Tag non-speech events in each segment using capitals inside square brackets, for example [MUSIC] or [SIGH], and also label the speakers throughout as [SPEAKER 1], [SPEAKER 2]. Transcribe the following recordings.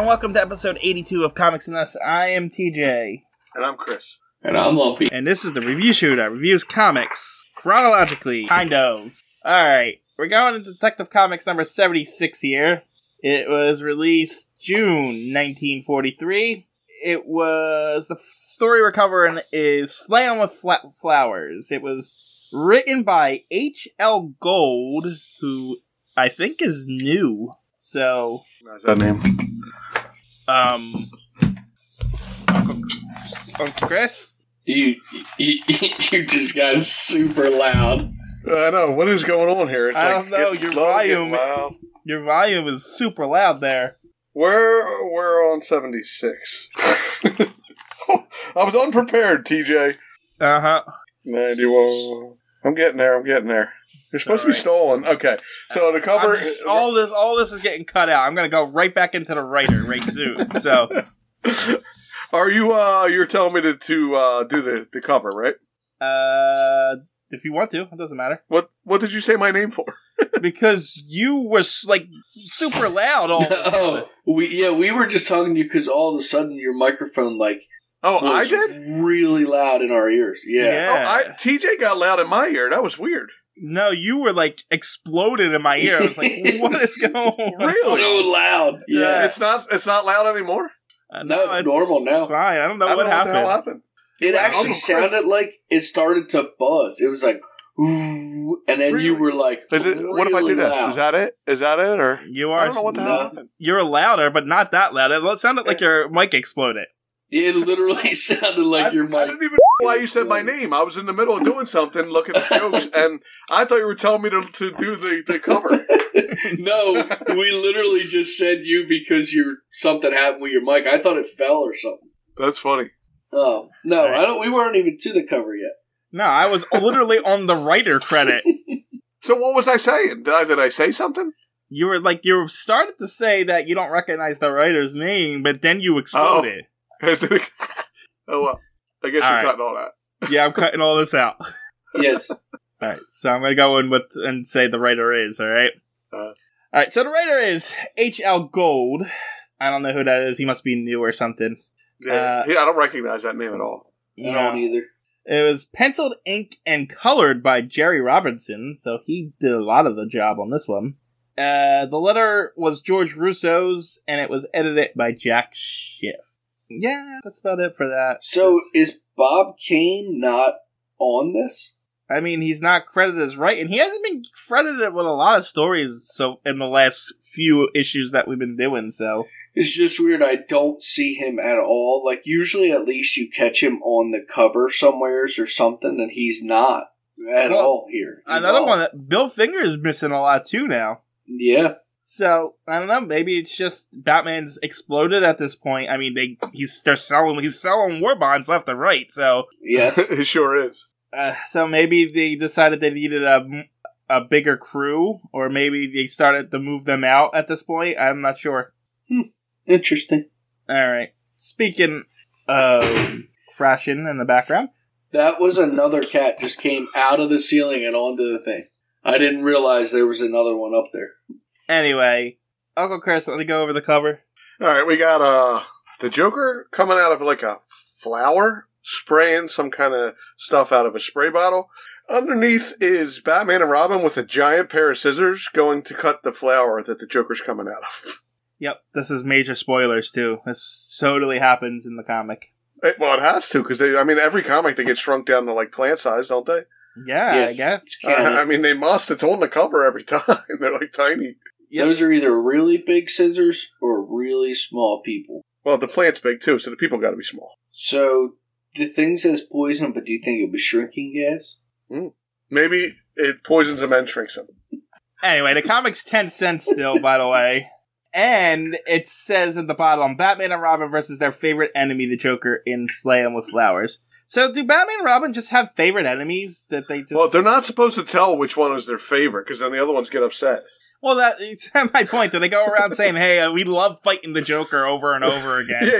[SPEAKER 1] welcome to episode 82 of Comics and Us. I am TJ,
[SPEAKER 2] And I'm Chris.
[SPEAKER 3] And I'm Lumpy.
[SPEAKER 1] and this is the review shoot that reviews comics chronologically, kind of. Alright, we're going into Detective Comics number 76 here. It was released June 1943. It was the f- story we're covering is Slam with Fla- Flowers. It was written by H.L. Gold, who I think is new. So,
[SPEAKER 2] Recognize that name?
[SPEAKER 1] um, Uncle, Uncle Chris.
[SPEAKER 3] You, you [LAUGHS] you just got super loud.
[SPEAKER 2] I know. What is going on here? It's
[SPEAKER 1] I
[SPEAKER 2] like,
[SPEAKER 1] don't know,
[SPEAKER 2] it's
[SPEAKER 1] your
[SPEAKER 2] slow, getting
[SPEAKER 1] volume-
[SPEAKER 2] loud.
[SPEAKER 1] Your volume is super loud there.
[SPEAKER 2] We're we're on seventy six. [LAUGHS] I was unprepared, TJ.
[SPEAKER 1] Uh huh.
[SPEAKER 2] Ninety one. I'm getting there. I'm getting there. You're supposed to be stolen. Okay. So the cover.
[SPEAKER 1] All this, all this is getting cut out. I'm gonna go right back into the writer right soon. So
[SPEAKER 2] [LAUGHS] Are you? uh You're telling me to to uh, do the the cover, right?
[SPEAKER 1] Uh, if you want to, it doesn't matter.
[SPEAKER 2] What What did you say my name for?
[SPEAKER 1] Because you was like super loud. All
[SPEAKER 3] [LAUGHS] Oh, we yeah, we were just talking to you because all of a sudden your microphone like
[SPEAKER 2] Oh, I
[SPEAKER 3] was
[SPEAKER 2] did.
[SPEAKER 3] really loud in our ears. Yeah,
[SPEAKER 2] Oh, I, TJ got loud in my ear. That was weird.
[SPEAKER 1] no, you were like exploded in my ear. I was like, what is going? on?
[SPEAKER 2] Really?
[SPEAKER 3] so loud. Yeah,
[SPEAKER 2] It's not. It's not loud anymore.
[SPEAKER 1] Uh,
[SPEAKER 3] No, it's normal now.
[SPEAKER 1] It's fine. I don't know
[SPEAKER 2] I don't
[SPEAKER 1] what
[SPEAKER 2] know
[SPEAKER 1] happened.
[SPEAKER 2] What the hell happened?
[SPEAKER 3] it
[SPEAKER 2] Wow, Oh,
[SPEAKER 3] actually
[SPEAKER 2] Uncle Chris.
[SPEAKER 3] sounded like it started to buzz. It was like, [LAUGHS] ooh, and then you
[SPEAKER 2] Really?
[SPEAKER 3] were like,
[SPEAKER 2] Is it? what if I
[SPEAKER 3] really
[SPEAKER 2] do this?
[SPEAKER 3] loud.
[SPEAKER 2] Is that it? Is that it? Or
[SPEAKER 1] you
[SPEAKER 2] I
[SPEAKER 1] are.
[SPEAKER 2] don't know what the
[SPEAKER 3] No.
[SPEAKER 2] hell happened.
[SPEAKER 1] You're louder, but not that loud. It lo- sounded like your mic exploded.
[SPEAKER 3] [LAUGHS] it literally [LAUGHS] sounded like
[SPEAKER 2] I,
[SPEAKER 3] your
[SPEAKER 2] I [LAUGHS]
[SPEAKER 3] mic.
[SPEAKER 2] didn't even know why you said my name. I was in the middle of doing something, looking
[SPEAKER 3] [LAUGHS]
[SPEAKER 2] at jokes, and I thought you were telling me to, to do the, the cover.
[SPEAKER 3] no, we literally just said you because you something happened with your mic. I thought it fell or something.
[SPEAKER 2] That's funny.
[SPEAKER 3] Oh no,
[SPEAKER 1] All right.
[SPEAKER 3] I don't. We weren't even to the cover yet.
[SPEAKER 1] No, I was [LAUGHS] literally on the writer credit.
[SPEAKER 2] So what was I saying? Did I, did I say something? [LAUGHS]
[SPEAKER 1] You were like you started to say that you don't recognize the writer's name, but then you exploded.
[SPEAKER 2] oh well, I guess
[SPEAKER 1] All
[SPEAKER 2] you're
[SPEAKER 1] right.
[SPEAKER 2] cutting all that.
[SPEAKER 1] Yeah,
[SPEAKER 2] [LAUGHS]
[SPEAKER 1] I'm cutting all this out.
[SPEAKER 3] [LAUGHS] Yes,
[SPEAKER 1] All right, so I'm gonna go in with and say the writer is all right.
[SPEAKER 2] Uh.
[SPEAKER 1] all right, so the writer is H. L. Gold. I don't know who that is. He must be new or something.
[SPEAKER 2] Yeah,
[SPEAKER 1] Uh,
[SPEAKER 2] yeah, I don't recognize that name at all.
[SPEAKER 3] I don't either.
[SPEAKER 1] It was penciled, ink, and colored by Jerry Robinson, so he did a lot of the job on this one. Uh, the letter was George Russo's, and it was edited by Jack Schiff. Yeah, that's about it for that.
[SPEAKER 3] So is Bob Kane not on this?
[SPEAKER 1] I mean, he's not credited as writing. He hasn't been credited with a lot of stories so in the last few issues that we've been doing. So
[SPEAKER 3] It's just weird. I don't see him at all. Like usually, at least you catch him on the cover somewheres or something, and he's not at
[SPEAKER 1] Well,
[SPEAKER 3] all here.
[SPEAKER 1] another
[SPEAKER 3] No.
[SPEAKER 1] one that Bill Finger is missing a lot too now.
[SPEAKER 3] Yeah,
[SPEAKER 1] So I don't know. Maybe it's just Batman's exploded at this point. I mean, they he's they're selling he's selling war bonds left and right. So [LAUGHS]
[SPEAKER 3] yes.
[SPEAKER 2] [LAUGHS] it sure is.
[SPEAKER 1] uh, so maybe they decided they needed a m- a bigger crew, or maybe they started to move them out at this point. I'm not sure.
[SPEAKER 3] Interesting.
[SPEAKER 1] All right. Speaking of Frashin in the background,
[SPEAKER 3] That was another cat just came out of the ceiling and onto the thing. I didn't realize there was another one up there.
[SPEAKER 1] anyway, Uncle Chris, let me go over the cover.
[SPEAKER 2] All right, we got uh the Joker coming out of like a flower, spraying some kind of stuff out of a spray bottle. Underneath is Batman and Robin with a giant pair of scissors going to cut the flower that the Joker's coming out of. [LAUGHS]
[SPEAKER 1] Yep, this is major spoilers too. This totally happens in the comic.
[SPEAKER 2] It- well, it has to because they. I mean, every comic they get shrunk down to like plant size, don't they?
[SPEAKER 1] Yeah, I guess.
[SPEAKER 3] it's
[SPEAKER 2] Uh,
[SPEAKER 3] canon.
[SPEAKER 2] [LAUGHS] I mean, they must. It's on the cover every [LAUGHS] time. They're like tiny.
[SPEAKER 1] Yep.
[SPEAKER 3] Those are either really big scissors or really small people.
[SPEAKER 2] Well, the plant's big too, so the people got to be small.
[SPEAKER 3] So the thing says poison, but do you think it was shrinking gas?
[SPEAKER 2] Maybe it poisons them and shrinks them.
[SPEAKER 1] Anyway, the comic's 10 cents still, by the way. And it says at the bottom Batman and Robin versus their favorite enemy, the Joker, in Slay 'em with Flowers. So, do Batman and Robin just have favorite enemies that they just.
[SPEAKER 2] Well, they're not supposed to tell which one is their favorite because then the other ones get upset.
[SPEAKER 1] Well, that, it's [LAUGHS] my point. That they go around saying, hey, uh, we love fighting the Joker over and
[SPEAKER 2] [LAUGHS]
[SPEAKER 1] over again.
[SPEAKER 2] yeah,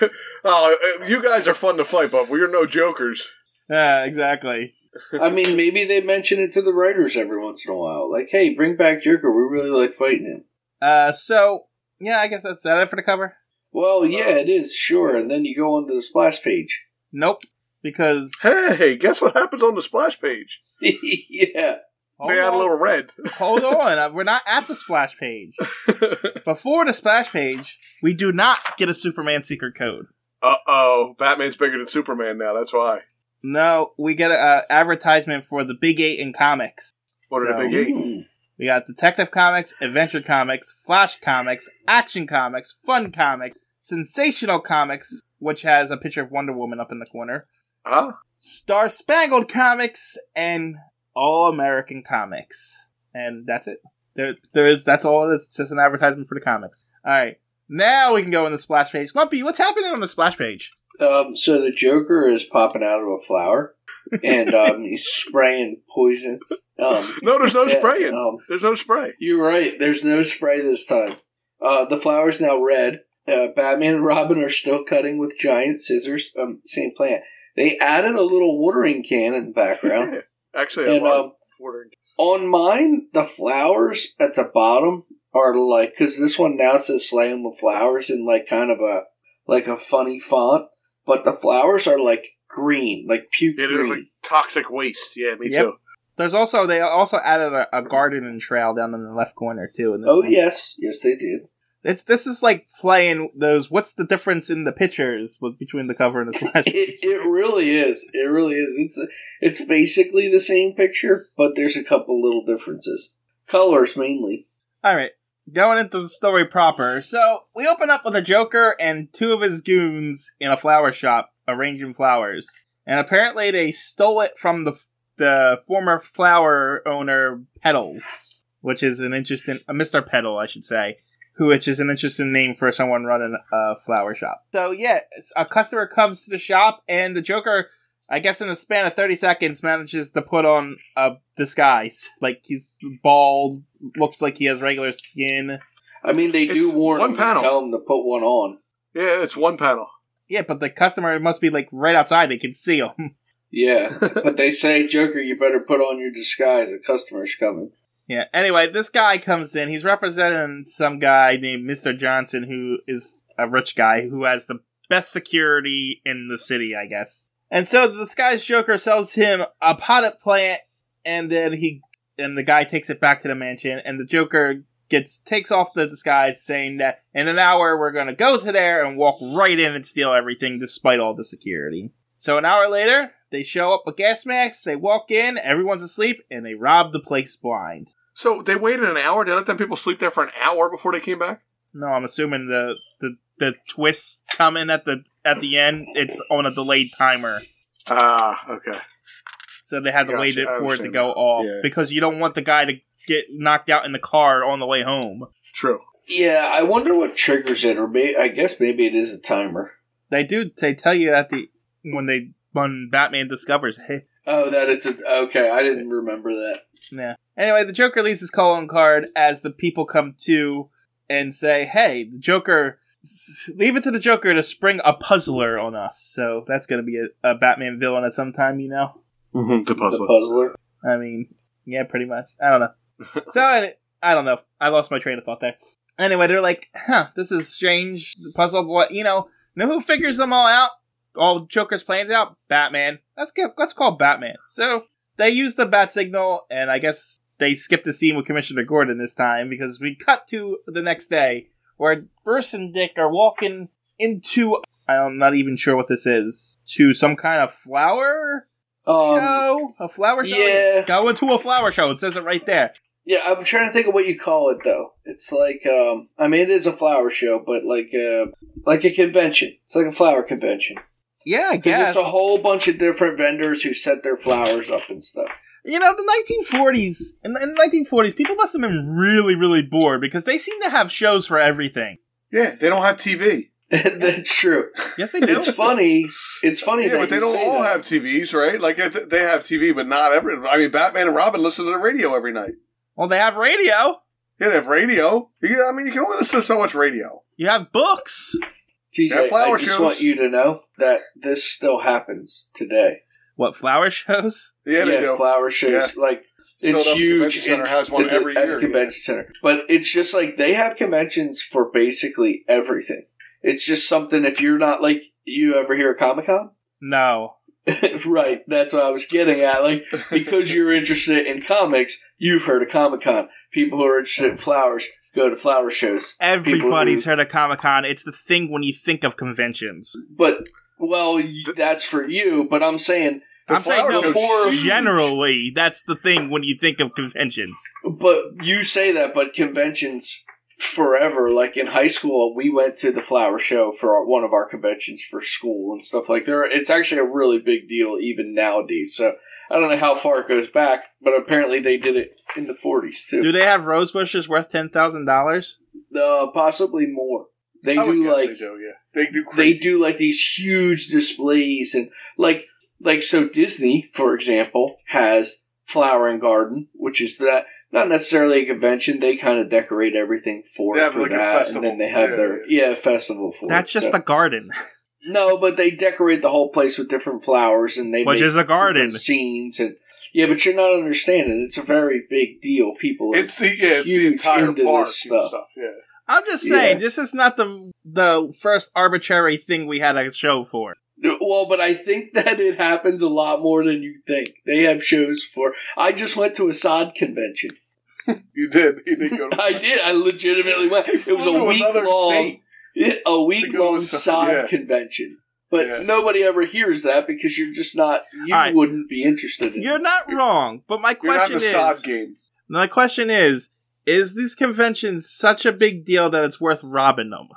[SPEAKER 2] yeah. [LAUGHS] Oh, uh, you guys are fun to fight, but we're no jokers.
[SPEAKER 1] yeah, exactly.
[SPEAKER 3] I mean, maybe they mention it to the writers every once in a while. Like, hey, bring back Joker. We really like fighting him.
[SPEAKER 1] Uh, so, Yeah, I guess that's that it for the cover.
[SPEAKER 3] Well, yeah, it is, sure. And then you go onto the splash page. [LAUGHS]
[SPEAKER 1] Nope, because
[SPEAKER 2] Hey, guess what happens on the splash page?
[SPEAKER 3] yeah.
[SPEAKER 1] hold
[SPEAKER 2] they add a
[SPEAKER 1] on,
[SPEAKER 2] little red.
[SPEAKER 1] hold on, uh, we're not at the splash page. Before the splash page, we do not get a Superman secret code.
[SPEAKER 2] Uh oh, Batman's bigger than Superman now. That's why.
[SPEAKER 1] No, we get an uh, advertisement for the Big Eight in comics.
[SPEAKER 2] What are
[SPEAKER 1] So-
[SPEAKER 2] the big eight?
[SPEAKER 3] Hmm.
[SPEAKER 1] We got Detective Comics, Adventure Comics, Flash Comics, Action Comics, Fun Comics, Sensational Comics, which has a picture of Wonder Woman up in the corner,
[SPEAKER 2] Huh?
[SPEAKER 1] Star Spangled Comics, and All American Comics. And that's it. There, there is. That's all. It's just an advertisement for the comics. All right, now we can go on the splash page. Lumpy, what's happening on the splash page?
[SPEAKER 3] Um, so the Joker is popping out of a flower, and um, he's spraying poison. Um,
[SPEAKER 2] No, there's no
[SPEAKER 3] yeah,
[SPEAKER 2] spraying.
[SPEAKER 3] Um,
[SPEAKER 2] There's no spray.
[SPEAKER 3] you're right. There's no spray this time. Uh, the flower's now red. Uh, Batman and Robin are still cutting with giant scissors. Um, same plant. They added a little watering can in
[SPEAKER 1] [LAUGHS]
[SPEAKER 3] the background.
[SPEAKER 2] Actually, I
[SPEAKER 3] and
[SPEAKER 2] love
[SPEAKER 3] um,
[SPEAKER 2] watering.
[SPEAKER 3] on mine, the flowers at the bottom are like because this one now says "Slaying with Flowers" in like kind of a like a funny font, but the flowers are like green, like puke
[SPEAKER 2] Yeah, there's
[SPEAKER 3] green.
[SPEAKER 2] like toxic waste. Yeah, me
[SPEAKER 1] Yep.
[SPEAKER 2] too.
[SPEAKER 1] There's also they also added a, a garden and trail down in the left corner too. In this
[SPEAKER 3] oh
[SPEAKER 1] one.
[SPEAKER 3] yes, yes they did.
[SPEAKER 1] It's this is like playing those. What's the difference in the pictures with, between the cover and the splash?
[SPEAKER 3] It, it really is. It really is. It's it's basically the same picture, but there's a couple little differences. Colors mainly.
[SPEAKER 1] All right, going into the story proper. So we open up with a Joker and two of his goons in a flower shop arranging flowers, and apparently they stole it from the the former flower owner Petals, which is an interesting uh, Mister Petal, I should say. Who, which is an interesting name for someone running a flower shop. So yeah, it's- a customer comes to the shop, and the Joker, I guess, in the span of thirty seconds, manages to put on a disguise. Like he's bald, looks like he has regular skin.
[SPEAKER 3] I mean, they do
[SPEAKER 2] It's
[SPEAKER 3] warn
[SPEAKER 2] one
[SPEAKER 3] them
[SPEAKER 2] panel.
[SPEAKER 3] and tell them to put one on.
[SPEAKER 2] Yeah, it's one panel.
[SPEAKER 1] Yeah, but the customer must be like right outside; they can see him.
[SPEAKER 2] [LAUGHS]
[SPEAKER 3] Yeah, but they say, Joker, you better put on your disguise. A customer's coming.
[SPEAKER 1] yeah. Anyway, this guy comes in. He's representing some guy named Mister Johnson, who is a rich guy who has the best security in the city, I guess. And so the disguised Joker sells him a potted plant, and then he and the guy takes it back to the mansion, and the Joker gets takes off the disguise, saying that in an hour we're gonna go to there and walk right in and steal everything, despite all the security. So an hour later, they show up with gas masks, they walk in, everyone's asleep, and they rob the place blind.
[SPEAKER 2] So they waited an hour. They let them people sleep there for an hour before they came back.
[SPEAKER 1] No, I'm assuming the the the twists come in at the at the end. It's on a delayed timer.
[SPEAKER 2] Ah, okay.
[SPEAKER 1] So they had to
[SPEAKER 2] Gotcha,
[SPEAKER 1] wait it for it
[SPEAKER 2] I
[SPEAKER 1] to
[SPEAKER 2] understand
[SPEAKER 1] go off
[SPEAKER 2] Yeah.
[SPEAKER 1] because you don't want the guy to get knocked out in the car on the way home.
[SPEAKER 2] True.
[SPEAKER 3] Yeah, I wonder what triggers it, or may, I guess maybe it is a timer.
[SPEAKER 1] They do. They tell you at the when they when Batman discovers. Hey,
[SPEAKER 3] Oh, that it's a. Okay, I didn't remember that.
[SPEAKER 1] nah. Anyway, the Joker leaves his calling card as the people come to and say, "Hey, the Joker." s- Leave it to the Joker to spring a puzzler on us. So that's going to be a, a Batman villain at some time, you know.
[SPEAKER 2] Mm-hmm. The
[SPEAKER 3] The
[SPEAKER 2] puzzle.
[SPEAKER 3] puzzler.
[SPEAKER 1] I mean, yeah, pretty much. I
[SPEAKER 3] [LAUGHS]
[SPEAKER 1] don't know. so I, I don't know. I lost my train of thought there. Anyway, they're like, huh, this is strange puzzle. What you know? Know who figures them all out? All Joker's plans out? Batman. Let's get let's call Batman. So they use the bat signal, and I guess they skipped the scene with Commissioner Gordon this time because we cut to the next day where Bruce and Dick are walking into. I'm not even sure what this is. To some kind of flower
[SPEAKER 3] Um,
[SPEAKER 1] show, a flower show.
[SPEAKER 3] yeah.
[SPEAKER 1] Go into a flower show. It says it right there.
[SPEAKER 3] yeah, I'm trying to think of what you call it though. It's like, um, I mean, it is a flower show, but like, uh, like a convention. It's like a flower convention
[SPEAKER 1] Yeah, I
[SPEAKER 3] because
[SPEAKER 1] guess.
[SPEAKER 3] it's a whole bunch of different vendors who set their flowers up and stuff. [LAUGHS]
[SPEAKER 1] you know, the 1940s. In the, in the 1940s, people must have been really, really bored because they seem to have shows for everything.
[SPEAKER 2] Yeah, they don't have TV.
[SPEAKER 3] That's true.
[SPEAKER 1] Yes, they do.
[SPEAKER 2] [LAUGHS]
[SPEAKER 3] It's funny. It's funny.
[SPEAKER 2] Yeah,
[SPEAKER 3] that
[SPEAKER 2] but they
[SPEAKER 3] you
[SPEAKER 2] don't
[SPEAKER 3] say
[SPEAKER 2] all
[SPEAKER 3] that.
[SPEAKER 2] have TVs, right? Like I th- they have TV, but not every. I mean, Batman and Robin listen to the radio every night.
[SPEAKER 1] well, they have radio.
[SPEAKER 2] Yeah, they have radio. You, I mean, you can only listen to so much radio.
[SPEAKER 1] You have books.
[SPEAKER 3] TJ,
[SPEAKER 2] Yeah, flower
[SPEAKER 3] I just
[SPEAKER 2] shows.
[SPEAKER 3] want you to know that this still happens today.
[SPEAKER 1] What flower shows?
[SPEAKER 2] Yeah, they do.
[SPEAKER 3] flower shows. Like It's
[SPEAKER 2] Philadelphia
[SPEAKER 3] huge.
[SPEAKER 2] Convention Center
[SPEAKER 3] It's-
[SPEAKER 2] has one
[SPEAKER 3] at the-
[SPEAKER 2] every
[SPEAKER 3] at
[SPEAKER 2] year,
[SPEAKER 3] the convention center, but it's just like they have conventions for basically everything. It's just something. If you're not like you ever hear Comic Con,
[SPEAKER 1] No.
[SPEAKER 3] [LAUGHS] right? That's what I was getting at. Like because you're interested in comics, you've heard of Comic Con. People who are interested in flowers go to flower shows.
[SPEAKER 1] Everybody's
[SPEAKER 3] who-
[SPEAKER 1] heard of Comic Con. It's the thing when you think of conventions.
[SPEAKER 3] But well, y- that's for you. But I'm saying,
[SPEAKER 2] The
[SPEAKER 1] I'm saying
[SPEAKER 2] flower
[SPEAKER 1] no,
[SPEAKER 2] show's
[SPEAKER 3] for
[SPEAKER 2] huge.
[SPEAKER 1] Generally, that's the thing when you think of conventions.
[SPEAKER 3] but you say that, but conventions forever. Like in high school, we went to the flower show for our, one of our conventions for school and stuff like that. It's actually a really big deal even nowadays. So. I don't know how far it goes back, but apparently they did it in the 40s too.
[SPEAKER 1] Do they have rose bushes worth ten thousand dollars?
[SPEAKER 3] Uh, possibly more. They
[SPEAKER 2] I would
[SPEAKER 3] do
[SPEAKER 2] guess
[SPEAKER 3] like
[SPEAKER 2] they do, yeah. They do
[SPEAKER 3] they
[SPEAKER 2] crazy.
[SPEAKER 3] do like these huge displays and like like so Disney, for example, has Flower and Garden, which is that not necessarily a convention. They kind of decorate everything for
[SPEAKER 2] They
[SPEAKER 3] it
[SPEAKER 2] have,
[SPEAKER 3] for
[SPEAKER 2] like, a
[SPEAKER 3] that, and
[SPEAKER 2] festival.
[SPEAKER 3] then they have
[SPEAKER 2] Yeah,
[SPEAKER 3] their yeah, festival for
[SPEAKER 1] That's
[SPEAKER 3] it,
[SPEAKER 1] just
[SPEAKER 3] so-
[SPEAKER 1] the garden,
[SPEAKER 3] no, but they decorate the whole place with different flowers and they
[SPEAKER 1] which
[SPEAKER 3] make
[SPEAKER 1] is a garden.
[SPEAKER 3] different scenes and yeah, but you're not understanding. It's a very big deal. People, are-
[SPEAKER 2] It's the yeah, it's the
[SPEAKER 3] huge
[SPEAKER 2] entire
[SPEAKER 3] into
[SPEAKER 2] park
[SPEAKER 3] this
[SPEAKER 2] and
[SPEAKER 3] stuff.
[SPEAKER 2] stuff. Yeah.
[SPEAKER 1] I'm just saying,
[SPEAKER 3] Yeah.
[SPEAKER 1] this is not the the first arbitrary thing we had a show for.
[SPEAKER 3] Well, but I think [LAUGHS] that it happens a lot more than you think. They have shows for. I just went to Assad convention.
[SPEAKER 2] You did. You did
[SPEAKER 3] [LAUGHS]
[SPEAKER 2] go to
[SPEAKER 3] I did. I legitimately went. It was a
[SPEAKER 2] Flew to
[SPEAKER 3] week
[SPEAKER 2] another
[SPEAKER 3] long,
[SPEAKER 2] state.
[SPEAKER 3] a week
[SPEAKER 2] go
[SPEAKER 3] long
[SPEAKER 2] to Assad,
[SPEAKER 3] Assad
[SPEAKER 2] yeah.
[SPEAKER 3] convention. But
[SPEAKER 2] Yeah.
[SPEAKER 3] nobody ever hears that because you're just not. You
[SPEAKER 1] All right.
[SPEAKER 3] wouldn't be interested in.
[SPEAKER 1] You're
[SPEAKER 3] it.
[SPEAKER 1] not wrong, but my
[SPEAKER 2] You're not
[SPEAKER 1] question
[SPEAKER 2] in the sod
[SPEAKER 1] is,
[SPEAKER 2] game.
[SPEAKER 1] my question is, is these conventions such a big deal that it's worth robbing them?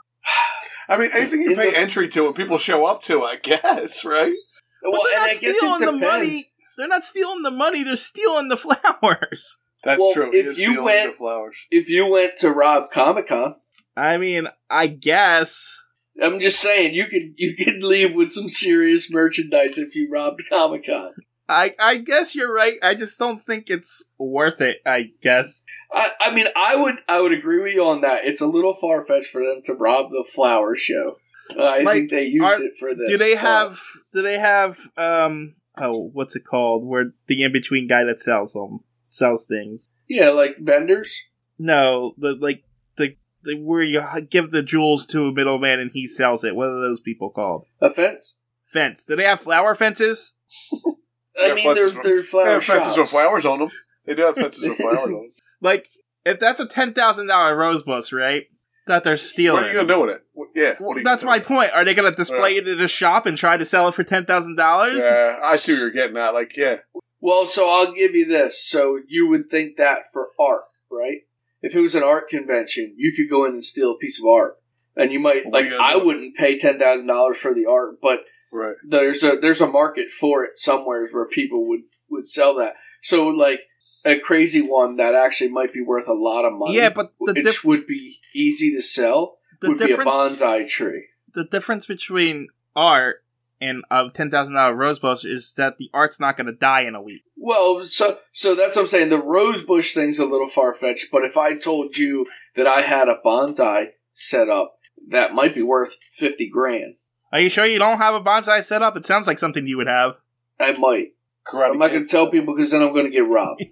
[SPEAKER 2] I mean, anything you
[SPEAKER 3] In
[SPEAKER 2] pay
[SPEAKER 3] the-
[SPEAKER 2] entry to, and people show up to, I [LAUGHS] guess, right?
[SPEAKER 3] Well,
[SPEAKER 1] they're
[SPEAKER 3] and
[SPEAKER 1] not
[SPEAKER 3] I guess it
[SPEAKER 1] stealing the
[SPEAKER 3] depends.
[SPEAKER 1] money. They're not stealing the money; they're stealing the [LAUGHS] flowers.
[SPEAKER 2] That's
[SPEAKER 3] Well,
[SPEAKER 2] true.
[SPEAKER 3] if
[SPEAKER 2] is
[SPEAKER 3] you
[SPEAKER 2] stealing
[SPEAKER 3] went-
[SPEAKER 2] the flowers,
[SPEAKER 3] If you went to Rob Comic Con,
[SPEAKER 1] I mean, I guess
[SPEAKER 3] I'm just saying you could you could leave with some serious merchandise if you robbed Comic Con.
[SPEAKER 1] I I guess you're right. I just don't think it's worth it. I guess.
[SPEAKER 3] I, I mean, I would I would agree with you on that. It's a little far fetched for them to rob the flower show. Uh, I
[SPEAKER 1] Like,
[SPEAKER 3] think they used
[SPEAKER 1] are-
[SPEAKER 3] it for this.
[SPEAKER 1] do they
[SPEAKER 2] uh,
[SPEAKER 3] but-
[SPEAKER 1] have? Do they have? Um. Oh, what's it called? Where the in between guy that sells them sells things.
[SPEAKER 3] yeah, like vendors?
[SPEAKER 1] No, the like the, the where you h- give the jewels to a middleman and he sells it. What are those people called?
[SPEAKER 3] A fence?
[SPEAKER 1] Fence. Do they have flower fences?
[SPEAKER 2] Yeah,
[SPEAKER 3] I mean, they're
[SPEAKER 2] fences with-
[SPEAKER 3] they're
[SPEAKER 2] they
[SPEAKER 3] flower
[SPEAKER 2] have fences with
[SPEAKER 3] shops.
[SPEAKER 2] flowers on them. They do have fences with flowers on [LAUGHS] them.
[SPEAKER 1] Like if that's a ten thousand dollar rose bush, right? That they're stealing.
[SPEAKER 2] What are you gonna do with it? What- Yeah, what
[SPEAKER 1] Well,
[SPEAKER 2] are you
[SPEAKER 1] that's
[SPEAKER 2] gonna
[SPEAKER 1] my
[SPEAKER 2] do?
[SPEAKER 1] point. Are they going to display it in a shop and try to sell it for ten thousand dollars?
[SPEAKER 2] Yeah, I see what you're getting at. Like, yeah,
[SPEAKER 3] Well, so I'll give you this. So you would think that for art, right? If it was an art convention, you could go in and steal a piece of art, and you might
[SPEAKER 2] What are
[SPEAKER 3] like
[SPEAKER 2] you gonna
[SPEAKER 3] I
[SPEAKER 2] do?
[SPEAKER 3] wouldn't pay ten thousand dollars for the art, but
[SPEAKER 2] right.
[SPEAKER 3] there's a there's a market for it somewhere where people would would sell that. So like a crazy one that actually might be worth a lot of money.
[SPEAKER 1] Yeah, but the
[SPEAKER 3] which
[SPEAKER 1] dif-
[SPEAKER 3] would be easy to sell.
[SPEAKER 1] the
[SPEAKER 3] would be a
[SPEAKER 1] difference
[SPEAKER 3] bonsai tree.
[SPEAKER 1] the difference between art and a ten thousand dollar rose bush is that the art's not going to die in a week.
[SPEAKER 3] Well, so so that's what I'm saying. The rose bush thing's a little far fetched, but if I told you that I had a bonsai set up, that might be worth fifty grand.
[SPEAKER 1] Are you sure you don't have a bonsai set up? It sounds like something you would have.
[SPEAKER 3] I might.
[SPEAKER 2] Karate
[SPEAKER 3] I'm not going
[SPEAKER 2] Kid.
[SPEAKER 3] to tell people because then I'm going to get robbed.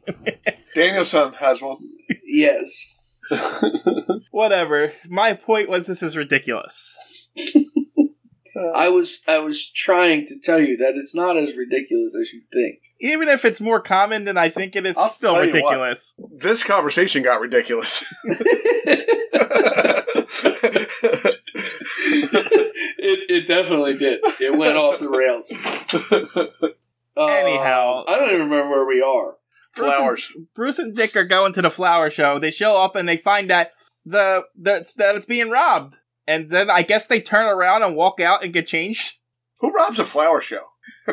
[SPEAKER 2] Danielson has one. [LAUGHS]
[SPEAKER 3] yes.
[SPEAKER 1] Whatever. My point was this is ridiculous.
[SPEAKER 3] I was I was trying to tell you that it's not as ridiculous as you think. [LAUGHS]
[SPEAKER 1] Even if it's more common than I think it is,
[SPEAKER 2] I'll
[SPEAKER 1] it's still
[SPEAKER 2] tell you what.
[SPEAKER 1] ridiculous.
[SPEAKER 2] this conversation got ridiculous. [LAUGHS]
[SPEAKER 3] it, it definitely did. It went off the rails. Uh,
[SPEAKER 1] Anyhow.
[SPEAKER 3] I don't even remember where we are.
[SPEAKER 2] Flowers.
[SPEAKER 1] Bruce and Dick are going to the flower show. They show up and they find that the that, that it's being robbed. And then I guess they turn around and walk out and get changed.
[SPEAKER 2] Who robs a flower show? [LAUGHS]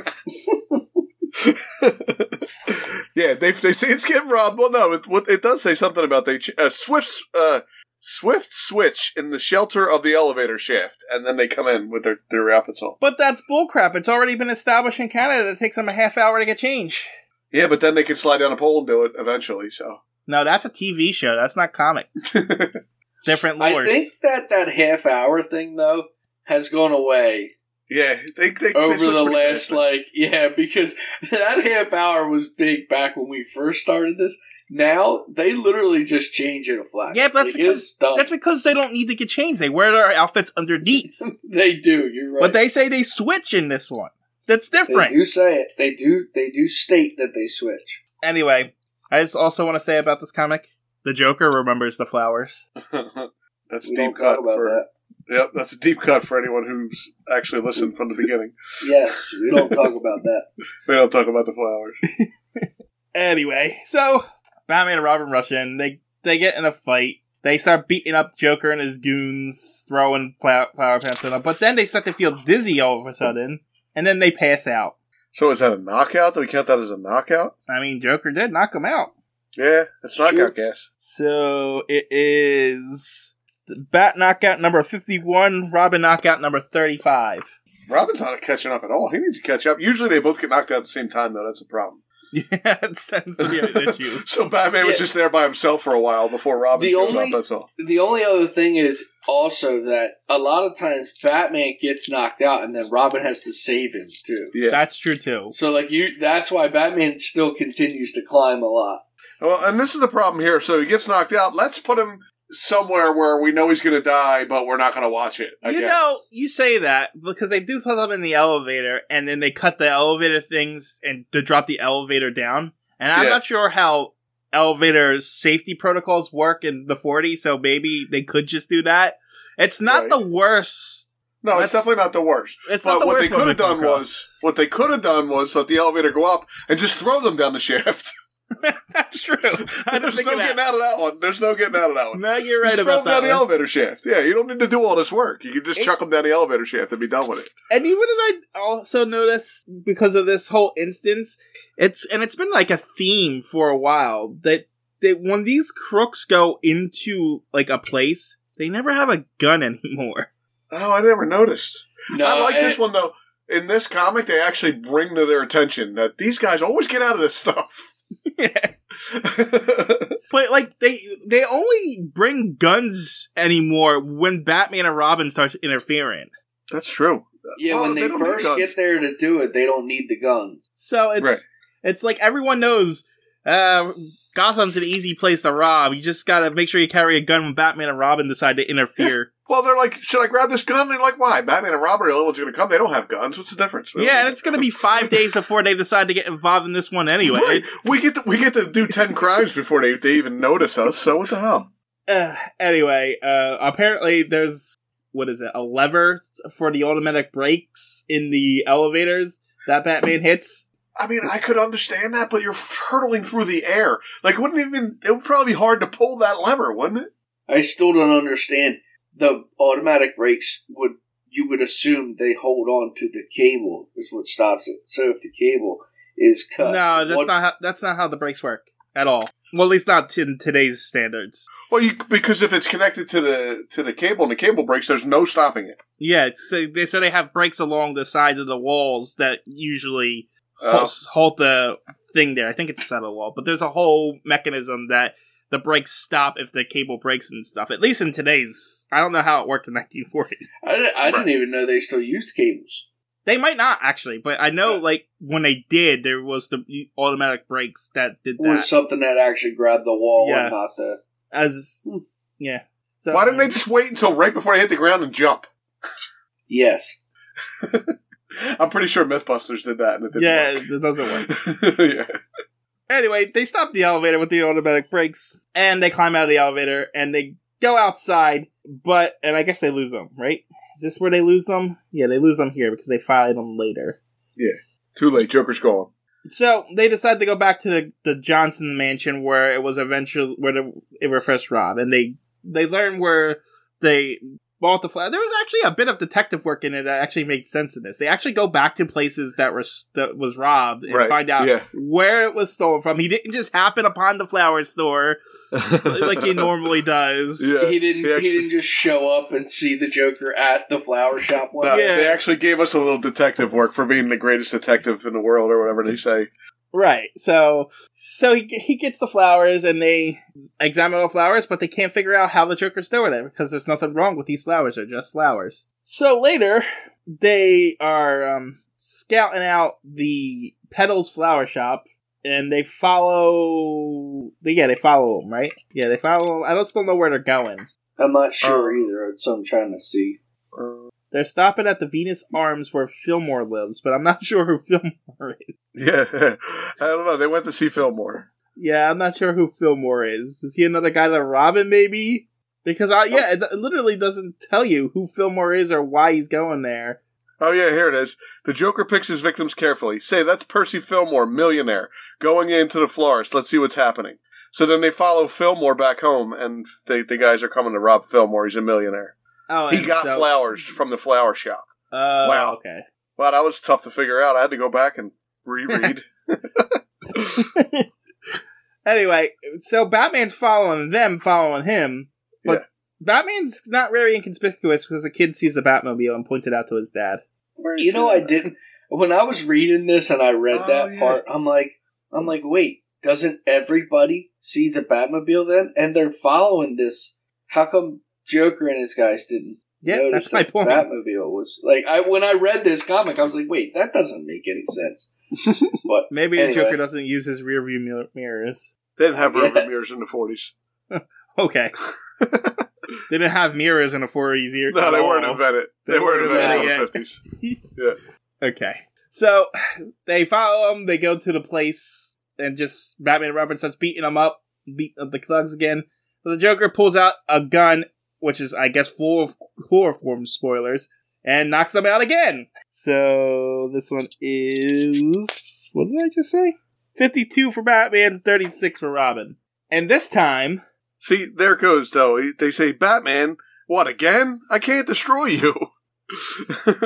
[SPEAKER 2] yeah, they they say it's getting robbed. Well, no, it, what- it does say something about they ch- uh, swift s- uh, swift switch in the shelter of the elevator shaft, and then they come in with their their outfits on.
[SPEAKER 1] But that's bullcrap. It's already been established in Canada. It takes them a half hour to get changed.
[SPEAKER 2] Yeah, but then they can slide down a pole and do it eventually. So [LAUGHS]
[SPEAKER 1] No, that's a TV show. That's not comic. Different
[SPEAKER 3] I
[SPEAKER 1] lures.
[SPEAKER 3] think that that half hour thing though has gone away
[SPEAKER 2] Yeah,
[SPEAKER 1] [LAUGHS]
[SPEAKER 2] they, they
[SPEAKER 3] over the last like yeah because [LAUGHS] that half hour was big back when we first started this now they literally just change it a flat
[SPEAKER 1] Yeah, but that's
[SPEAKER 3] Like,
[SPEAKER 1] because-
[SPEAKER 3] it's dumb.
[SPEAKER 1] That's because they don't need to get changed. They wear their outfits underneath.
[SPEAKER 3] they do you're right
[SPEAKER 1] But they say they switch in this one. That's
[SPEAKER 3] they
[SPEAKER 1] different.
[SPEAKER 3] do say it they do they do state that they switch
[SPEAKER 1] Anyway, I just also want to say about this comic the Joker remembers the flowers.
[SPEAKER 2] like [LAUGHS] that's a
[SPEAKER 3] we
[SPEAKER 2] deep
[SPEAKER 3] don't
[SPEAKER 2] cut
[SPEAKER 3] talk about
[SPEAKER 2] for
[SPEAKER 3] that
[SPEAKER 2] yep. That's a deep cut for anyone who's actually listened from the beginning.
[SPEAKER 3] yes we don't talk about that
[SPEAKER 2] We don't talk about the flowers.
[SPEAKER 1] Anyway, so Batman and Robin rush in. They they get in a fight. They start beating up Joker and his goons, throwing flower, flower pants at them. But then they start to feel dizzy all of a sudden, and then they pass out.
[SPEAKER 2] So is that a knockout? Do we count that as a knockout?
[SPEAKER 1] I mean, Joker did knock them out.
[SPEAKER 2] Yeah, it's
[SPEAKER 3] Sure.
[SPEAKER 2] knockout gas.
[SPEAKER 1] So it is the Bat knockout number 51, Robin knockout number 35.
[SPEAKER 2] Robin's not catching up at all. He needs to catch up. Usually they both get knocked out at the same time, though. That's a problem.
[SPEAKER 1] [LAUGHS] Yeah, it tends to be an
[SPEAKER 2] [LAUGHS]
[SPEAKER 1] [LAUGHS] issue.
[SPEAKER 2] so Batman was
[SPEAKER 3] Yeah.
[SPEAKER 2] just there by himself for a while before Robin
[SPEAKER 3] The
[SPEAKER 2] showed up.
[SPEAKER 3] only-
[SPEAKER 2] That's all.
[SPEAKER 3] the only other thing is also that a lot of times batman gets knocked out and then robin has to save him too
[SPEAKER 2] Yeah.
[SPEAKER 1] That's true too.
[SPEAKER 3] so like you that's why batman still continues to climb a lot
[SPEAKER 2] Well, and this is the problem here. So he gets knocked out. Let's put him somewhere where we know he's going to die, but we're not going to watch it.
[SPEAKER 1] You
[SPEAKER 2] again.
[SPEAKER 1] know, you say that because they do put them in the elevator and then they cut the elevator things and to drop the elevator down. And I'm
[SPEAKER 2] Yeah.
[SPEAKER 1] not sure how elevator safety protocols work in the 40s, so maybe they could just do that. It's not
[SPEAKER 2] Right.
[SPEAKER 1] the worst.
[SPEAKER 2] no,
[SPEAKER 1] that's-
[SPEAKER 2] it's definitely not the worst.
[SPEAKER 1] It's not
[SPEAKER 2] but
[SPEAKER 1] the
[SPEAKER 2] what
[SPEAKER 1] worst
[SPEAKER 2] they could
[SPEAKER 1] one
[SPEAKER 2] have
[SPEAKER 1] we've come
[SPEAKER 2] done
[SPEAKER 1] across.
[SPEAKER 2] was what they could have done was let the elevator go up and just throw them down the shaft.
[SPEAKER 1] [LAUGHS] That's true. I didn't
[SPEAKER 2] [LAUGHS] There's
[SPEAKER 1] think
[SPEAKER 2] no
[SPEAKER 1] of that.
[SPEAKER 2] getting out of that one. There's no getting out of that one.
[SPEAKER 1] No, you're right
[SPEAKER 2] just throw
[SPEAKER 1] about
[SPEAKER 2] them down
[SPEAKER 1] that.
[SPEAKER 2] the
[SPEAKER 1] one.
[SPEAKER 2] elevator shaft. Yeah, you don't need to do all this work. You can just
[SPEAKER 1] It-
[SPEAKER 2] chuck them down the elevator shaft and be done with it.
[SPEAKER 1] And you wouldn't I also notice because of this whole instance, it's and it's been like a theme for a while that that when these crooks go into like a place, they never have a gun [LAUGHS] anymore.
[SPEAKER 2] Oh, I never noticed.
[SPEAKER 3] no
[SPEAKER 2] I like
[SPEAKER 3] and-
[SPEAKER 2] this one though. In this comic, they actually bring to their attention that these guys always get out of this stuff.
[SPEAKER 1] [LAUGHS] But like they they only bring guns anymore when Batman and Robin starts interfering.
[SPEAKER 2] That's true.
[SPEAKER 3] Yeah,
[SPEAKER 2] Well,
[SPEAKER 3] when
[SPEAKER 2] they
[SPEAKER 3] they
[SPEAKER 2] don't need
[SPEAKER 3] first
[SPEAKER 2] guns.
[SPEAKER 3] get there to do it, they don't need the guns.
[SPEAKER 1] So it's
[SPEAKER 2] Right.
[SPEAKER 1] it's like everyone knows uh Gotham's an easy place to rob. You just gotta make sure you carry a gun when Batman and Robin decide to interfere.
[SPEAKER 2] Well, they're like, should I grab this gun? And they're like, why? Batman and Robin are the only ones going to come. They don't have guns. What's the difference?
[SPEAKER 1] Yeah, and it's going to be [LAUGHS] five days before they decide to get involved in this one anyway.
[SPEAKER 2] Right. [LAUGHS] We get to, we get to do ten crimes before they, they even notice us. So what the hell?
[SPEAKER 1] Uh, anyway, uh, apparently there's what is it? A lever for the automatic brakes in the elevators that Batman hits.
[SPEAKER 2] I mean, I could understand that, but you're hurtling through the air. Like, it wouldn't even it would probably be hard to pull that lever, wouldn't it?
[SPEAKER 3] I still don't understand the automatic brakes. Would you would assume they hold on to the cable is what stops it? So if the cable is cut,
[SPEAKER 1] no, that's
[SPEAKER 3] Uh, what-
[SPEAKER 1] not how, that's not how the brakes work at all. Well, at least not in today's standards.
[SPEAKER 2] Well, you because if it's connected to the to the cable and the cable breaks, there's no stopping it.
[SPEAKER 1] Yeah, so they so they have brakes along the sides of the walls that usually
[SPEAKER 2] Uh,
[SPEAKER 1] halt, halt the thing there. I think it's the side of the wall, but there's a whole mechanism that the brakes stop if the cable breaks and stuff. At least in today's, I don't know how it worked in [LAUGHS] 1940.
[SPEAKER 3] I, didn't, I didn't
[SPEAKER 2] Right.
[SPEAKER 3] even know they still used cables.
[SPEAKER 1] They might not actually, but I know
[SPEAKER 3] Yeah.
[SPEAKER 1] like when they did, there was the automatic brakes that did
[SPEAKER 3] It
[SPEAKER 1] that.
[SPEAKER 3] was something that actually grabbed the wall
[SPEAKER 1] Yeah.
[SPEAKER 3] and not the.
[SPEAKER 1] As
[SPEAKER 3] Hmm.
[SPEAKER 1] yeah, so,
[SPEAKER 2] Why didn't they just wait until right before they hit the ground and jump?
[SPEAKER 3] Yes,
[SPEAKER 2] I'm pretty sure MythBusters did that and it didn't
[SPEAKER 1] Yeah,
[SPEAKER 2] work.
[SPEAKER 1] it doesn't work. [LAUGHS]
[SPEAKER 2] [LAUGHS] yeah.
[SPEAKER 1] Anyway, they stop the elevator with the automatic brakes, and they climb out of the elevator, and they go outside. But and I guess they lose them, right? Is this where they lose them? Yeah, they lose them here because they fired them later.
[SPEAKER 2] Too late. Joker's gone.
[SPEAKER 1] So they decide to go back to the, the Johnson mansion where it was eventually where the, it were first robbed, and they they learn where they bought the flower. There was actually a bit of detective work in it that actually made sense in this. They actually go back to places that were s- that was robbed and
[SPEAKER 2] Right.
[SPEAKER 1] find out
[SPEAKER 2] Yeah.
[SPEAKER 1] where it was stolen from. He didn't just happen upon the flower store like
[SPEAKER 2] [LAUGHS]
[SPEAKER 1] he normally does.
[SPEAKER 2] Yeah,
[SPEAKER 3] he didn't.
[SPEAKER 2] he
[SPEAKER 3] He,
[SPEAKER 2] actually-
[SPEAKER 3] didn't just show up and see the Joker at the flower shop one.
[SPEAKER 2] No,
[SPEAKER 3] day.
[SPEAKER 1] Yeah.
[SPEAKER 2] They actually gave us a little detective work for being the greatest detective in the world or whatever they say.
[SPEAKER 1] Right. So so he he gets the flowers and they examine all the flowers, but they can't figure out how the Joker's doing it because there's nothing wrong with these flowers. They're just flowers. So later, they are um, scouting out the Petals Flower Shop, and they follow. Yeah, they follow them, right? Yeah, they follow 'em. I don't still know where they're going.
[SPEAKER 3] I'm
[SPEAKER 2] Uh,
[SPEAKER 3] not sure either. It's I'm trying to see.
[SPEAKER 1] They're stopping at the Venus Arms where Fillmore lives, but I'm not [LAUGHS] sure who Fillmore is.
[SPEAKER 2] [LAUGHS] Yeah, I don't know. They went to see Fillmore.
[SPEAKER 1] Yeah, I'm not sure who Fillmore is. Is he another guy that Robin maybe? Because I yeah, it, it literally doesn't tell you who Fillmore is or why he's going there.
[SPEAKER 2] Oh yeah, here it is. The Joker picks his victims carefully. Say that's Percy Fillmore, millionaire, going into the florist. Let's see what's happening. So then they follow Fillmore back home, and they, the guys are coming to rob Fillmore. He's a millionaire.
[SPEAKER 1] Oh,
[SPEAKER 2] he
[SPEAKER 1] and
[SPEAKER 2] got
[SPEAKER 1] so-
[SPEAKER 2] flowers from the flower shop.
[SPEAKER 1] Oh,
[SPEAKER 2] Wow.
[SPEAKER 1] okay.
[SPEAKER 2] Wow, that was tough to figure out. I had to go back and
[SPEAKER 3] [LAUGHS]
[SPEAKER 2] reread.
[SPEAKER 1] [LAUGHS] Anyway, so Batman's following them, following him, but
[SPEAKER 2] Yeah.
[SPEAKER 1] Batman's not very inconspicuous because the kid sees the Batmobile and points it out to his dad.
[SPEAKER 3] You know, I didn't. When I was reading this and I read
[SPEAKER 2] Oh,
[SPEAKER 3] that
[SPEAKER 2] yeah.
[SPEAKER 3] part, I'm like, I'm like, wait, doesn't everybody see the Batmobile then? And they're following this. How come Joker and his guys didn't?
[SPEAKER 1] Yeah,
[SPEAKER 3] notice
[SPEAKER 1] that's my
[SPEAKER 3] that
[SPEAKER 1] point.
[SPEAKER 3] The Batmobile was like, I when I read this comic, I was like, wait, that doesn't make
[SPEAKER 1] [LAUGHS]
[SPEAKER 3] any sense. but
[SPEAKER 1] Maybe the
[SPEAKER 3] Anyway.
[SPEAKER 1] Joker doesn't use his rear view mir- mirrors.
[SPEAKER 2] They didn't have rearview
[SPEAKER 3] Yes.
[SPEAKER 2] mirrors in the forties. [LAUGHS]
[SPEAKER 1] Okay. they didn't have mirrors in the 40s year.
[SPEAKER 2] No, they
[SPEAKER 1] at all.
[SPEAKER 2] weren't invented. They,
[SPEAKER 1] They
[SPEAKER 2] weren't
[SPEAKER 1] weren't
[SPEAKER 2] invented
[SPEAKER 3] invented
[SPEAKER 2] in the
[SPEAKER 1] yet.
[SPEAKER 2] fifties.
[SPEAKER 1] Okay. So they follow him, they go to the place, and just Batman and Robin starts beating them up, beating up the thugs again. So the Joker pulls out a gun, which is, I guess, full of chloroform spoilers, and knocks them out again. So this one is. What did I just say? 52 for Batman, 36 for Robin. And this time,
[SPEAKER 2] See, there it goes though. He- They say, Batman, what again? I can't destroy you. [LAUGHS]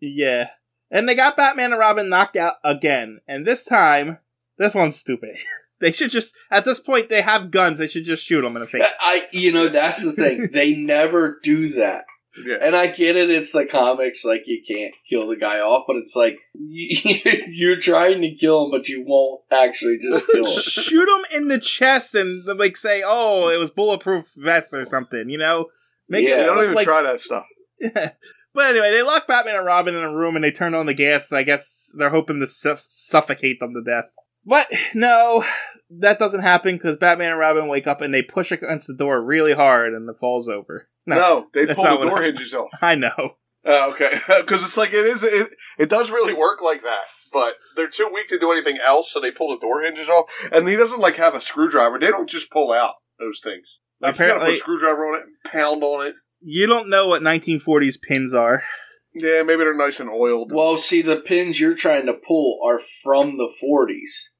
[SPEAKER 1] yeah. And they got Batman and Robin knocked out again. And this time, this one's stupid. [LAUGHS] they should just, at this point, they have guns. They should just shoot them in the face.
[SPEAKER 3] [LAUGHS] I, you know, that's
[SPEAKER 1] [LAUGHS]
[SPEAKER 3] the thing. they never do that.
[SPEAKER 2] yeah.
[SPEAKER 3] And I get it, it's the comics, like you can't kill the guy off, but it's like [LAUGHS] you- you're trying to kill him, but you won't actually
[SPEAKER 1] [LAUGHS]
[SPEAKER 3] just kill
[SPEAKER 2] [LAUGHS]
[SPEAKER 3] him.
[SPEAKER 1] shoot them in the chest and like say, "Oh, it was bulletproof vest or something," you know.
[SPEAKER 3] Yeah,
[SPEAKER 2] They don't
[SPEAKER 1] look
[SPEAKER 2] even
[SPEAKER 1] like-
[SPEAKER 2] try that stuff.
[SPEAKER 1] [LAUGHS] But anyway, they lock Batman and Robin in a room and they turn on the gas. I guess they're hoping to suff- suffocate them to death. But no, that doesn't happen because Batman and Robin wake up and they push against the door really hard and it falls over.
[SPEAKER 2] No,
[SPEAKER 1] No,
[SPEAKER 2] they
[SPEAKER 1] that's
[SPEAKER 2] pull
[SPEAKER 1] not
[SPEAKER 2] the
[SPEAKER 1] what
[SPEAKER 2] door
[SPEAKER 1] I-
[SPEAKER 2] hinges off.
[SPEAKER 1] [LAUGHS] I know.
[SPEAKER 2] Oh, okay, [LAUGHS] because it's like it is. It, it does really work like that, but they're too weak to do anything else, so they pull the door hinges off. And he doesn't like have a screwdriver. They don't just pull out those things. Like, you gotta put
[SPEAKER 1] Apparently-
[SPEAKER 2] a screwdriver on it and pound on it.
[SPEAKER 1] You don't know what 1940s pins are.
[SPEAKER 2] Yeah, maybe they're nice and oiled. [LAUGHS]
[SPEAKER 3] Well, see, the pins you're trying to pull are from the 40s.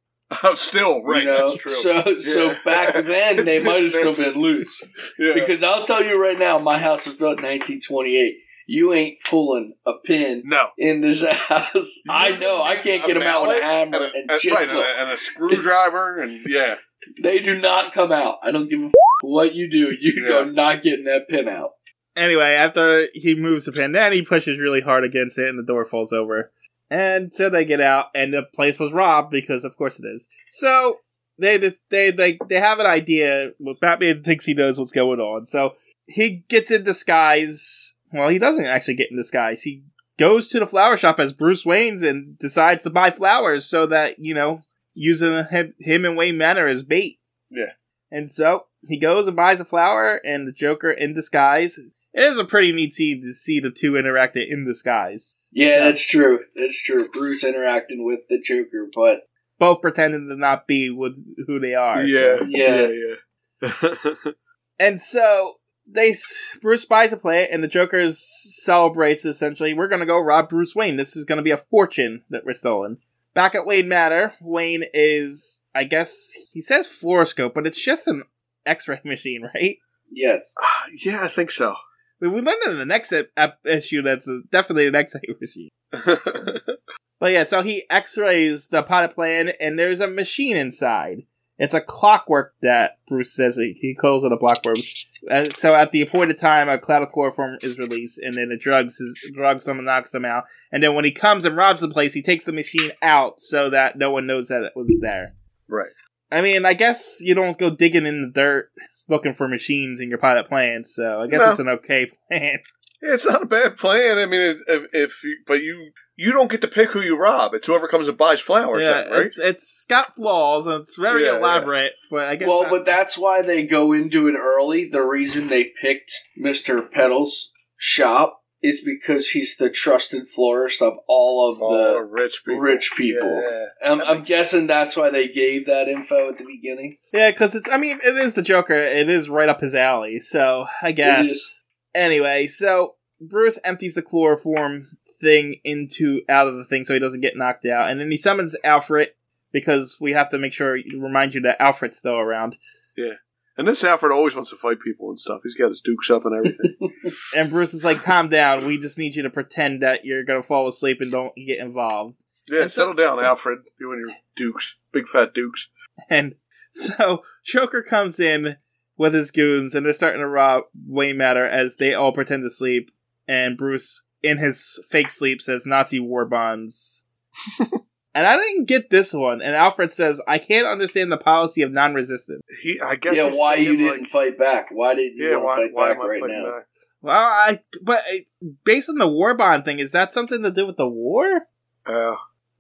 [SPEAKER 2] Still,
[SPEAKER 3] you
[SPEAKER 2] right?
[SPEAKER 3] know?
[SPEAKER 2] That's true.
[SPEAKER 3] So, so
[SPEAKER 2] Yeah.
[SPEAKER 3] back then,
[SPEAKER 2] [LAUGHS]
[SPEAKER 3] they might have still been loose.
[SPEAKER 2] yeah.
[SPEAKER 3] Because I'll tell you right now, my house was built in 1928. You ain't pulling a pin
[SPEAKER 2] no,
[SPEAKER 3] in this [LAUGHS] house. I know. I can't get them out with a
[SPEAKER 2] mallet
[SPEAKER 3] hammer and
[SPEAKER 2] and a, and- right, and
[SPEAKER 3] chisel.
[SPEAKER 2] a, and a screwdriver, and yeah,
[SPEAKER 3] They do not come out. I don't give a f- what you do. You
[SPEAKER 2] Yeah.
[SPEAKER 3] are not getting that pin out.
[SPEAKER 1] Anyway, after he moves the pin, then he pushes really hard against it and the door falls over. And so they get out, and the place was robbed because, of course, it is. So they they they they have an idea. Well, Batman thinks he knows what's going on, so he gets in disguise. Well, he doesn't actually get in disguise. He goes to the flower shop as Bruce Wayne's and decides to buy flowers so that you know using him, him and Wayne Manor as bait.
[SPEAKER 2] Yeah.
[SPEAKER 1] And so he goes and buys a flower, and the Joker in disguise. It is a pretty neat scene to see the two interacting in disguise,
[SPEAKER 3] Yeah, that's true. That's true. Bruce interacting with the Joker, but
[SPEAKER 1] both pretending to not be with who they are.
[SPEAKER 2] yeah,
[SPEAKER 3] Yeah.
[SPEAKER 2] yeah, [LAUGHS] Uh, yeah.
[SPEAKER 1] And so they Bruce buys a plant, and the Joker s- celebrates. Essentially, we're going to go rob Bruce Wayne. This is going to be a fortune that we're stolen. Back at Wayne Manor, Wayne is, I guess, he says fluoroscope, but it's just an X-ray [LAUGHS] machine, right?
[SPEAKER 3] yes.
[SPEAKER 2] Ah, yeah, I think so. [LAUGHS]
[SPEAKER 1] We we learned in the next ep- ep- issue that's a, definitely an X-ray [LAUGHS] machine. But yeah, so he X-rays the potted plant, and there's a machine inside. It's a clockwork that Bruce says he, he calls it a clockwork. And so at the appointed time, a cloud of chloroform is released, and then the drugs is, drugs them and knocks them out. And then when he comes and robs the place, he takes the machine out so that no one knows that it was there.
[SPEAKER 2] right.
[SPEAKER 1] I mean, I guess you don't go digging in the dirt looking for machines in your potted plants, so I guess
[SPEAKER 2] No.
[SPEAKER 1] it's an okay [LAUGHS] plan.
[SPEAKER 2] It's not a bad plan. I mean, if, if, if you, but you you don't get to pick who you rob. It's whoever comes and buys flowers,
[SPEAKER 1] yeah,
[SPEAKER 2] then, right?
[SPEAKER 1] it's, it's got flaws and it's very
[SPEAKER 2] Yeah, yeah.
[SPEAKER 1] elaborate. But I guess
[SPEAKER 3] Well,
[SPEAKER 1] not-
[SPEAKER 3] but that's why they go into it early. The reason they picked Mr. Peddle's shop is because he's the trusted florist of all of
[SPEAKER 2] All
[SPEAKER 3] the.
[SPEAKER 2] rich people.
[SPEAKER 3] rich people.
[SPEAKER 2] Yeah.
[SPEAKER 3] I'm, I'm guessing that's why they gave that info at the beginning.
[SPEAKER 1] yeah, because it's. I mean, it is the Joker. It is right up his alley. So I guess.
[SPEAKER 3] It is-
[SPEAKER 1] Anyway, so Bruce empties the chloroform thing into out of the thing so he doesn't get knocked out, and then he summons Alfred because we have to make sure remind you that Alfred's still around.
[SPEAKER 2] And this Alfred always wants to fight people and stuff. He's got his dukes up and everything.
[SPEAKER 1] And Bruce is like, "Calm down. We just need you to pretend that you're gonna fall asleep and don't get involved."
[SPEAKER 2] yeah,
[SPEAKER 1] And so-
[SPEAKER 2] settle down, Alfred. You and your dukes, big fat dukes.
[SPEAKER 1] And so Joker comes in with his goons, and they're starting to rob Wayne Matter as they all pretend to sleep, and Bruce in his fake sleep says Nazi war bonds. and I didn't get this one. And Alfred says, I can't understand the policy of non resistance.
[SPEAKER 2] He, I guess.
[SPEAKER 3] yeah,
[SPEAKER 2] he's
[SPEAKER 3] why you
[SPEAKER 2] thinking,
[SPEAKER 3] didn't
[SPEAKER 2] like,
[SPEAKER 3] fight back? Why didn't you
[SPEAKER 2] yeah,
[SPEAKER 3] want to
[SPEAKER 2] why,
[SPEAKER 3] fight
[SPEAKER 2] why
[SPEAKER 3] back
[SPEAKER 2] am I
[SPEAKER 3] right
[SPEAKER 2] fighting
[SPEAKER 3] now?
[SPEAKER 2] back?
[SPEAKER 1] Well, I, but uh, based on the war bond thing, is that something to do with the war?
[SPEAKER 2] Uh,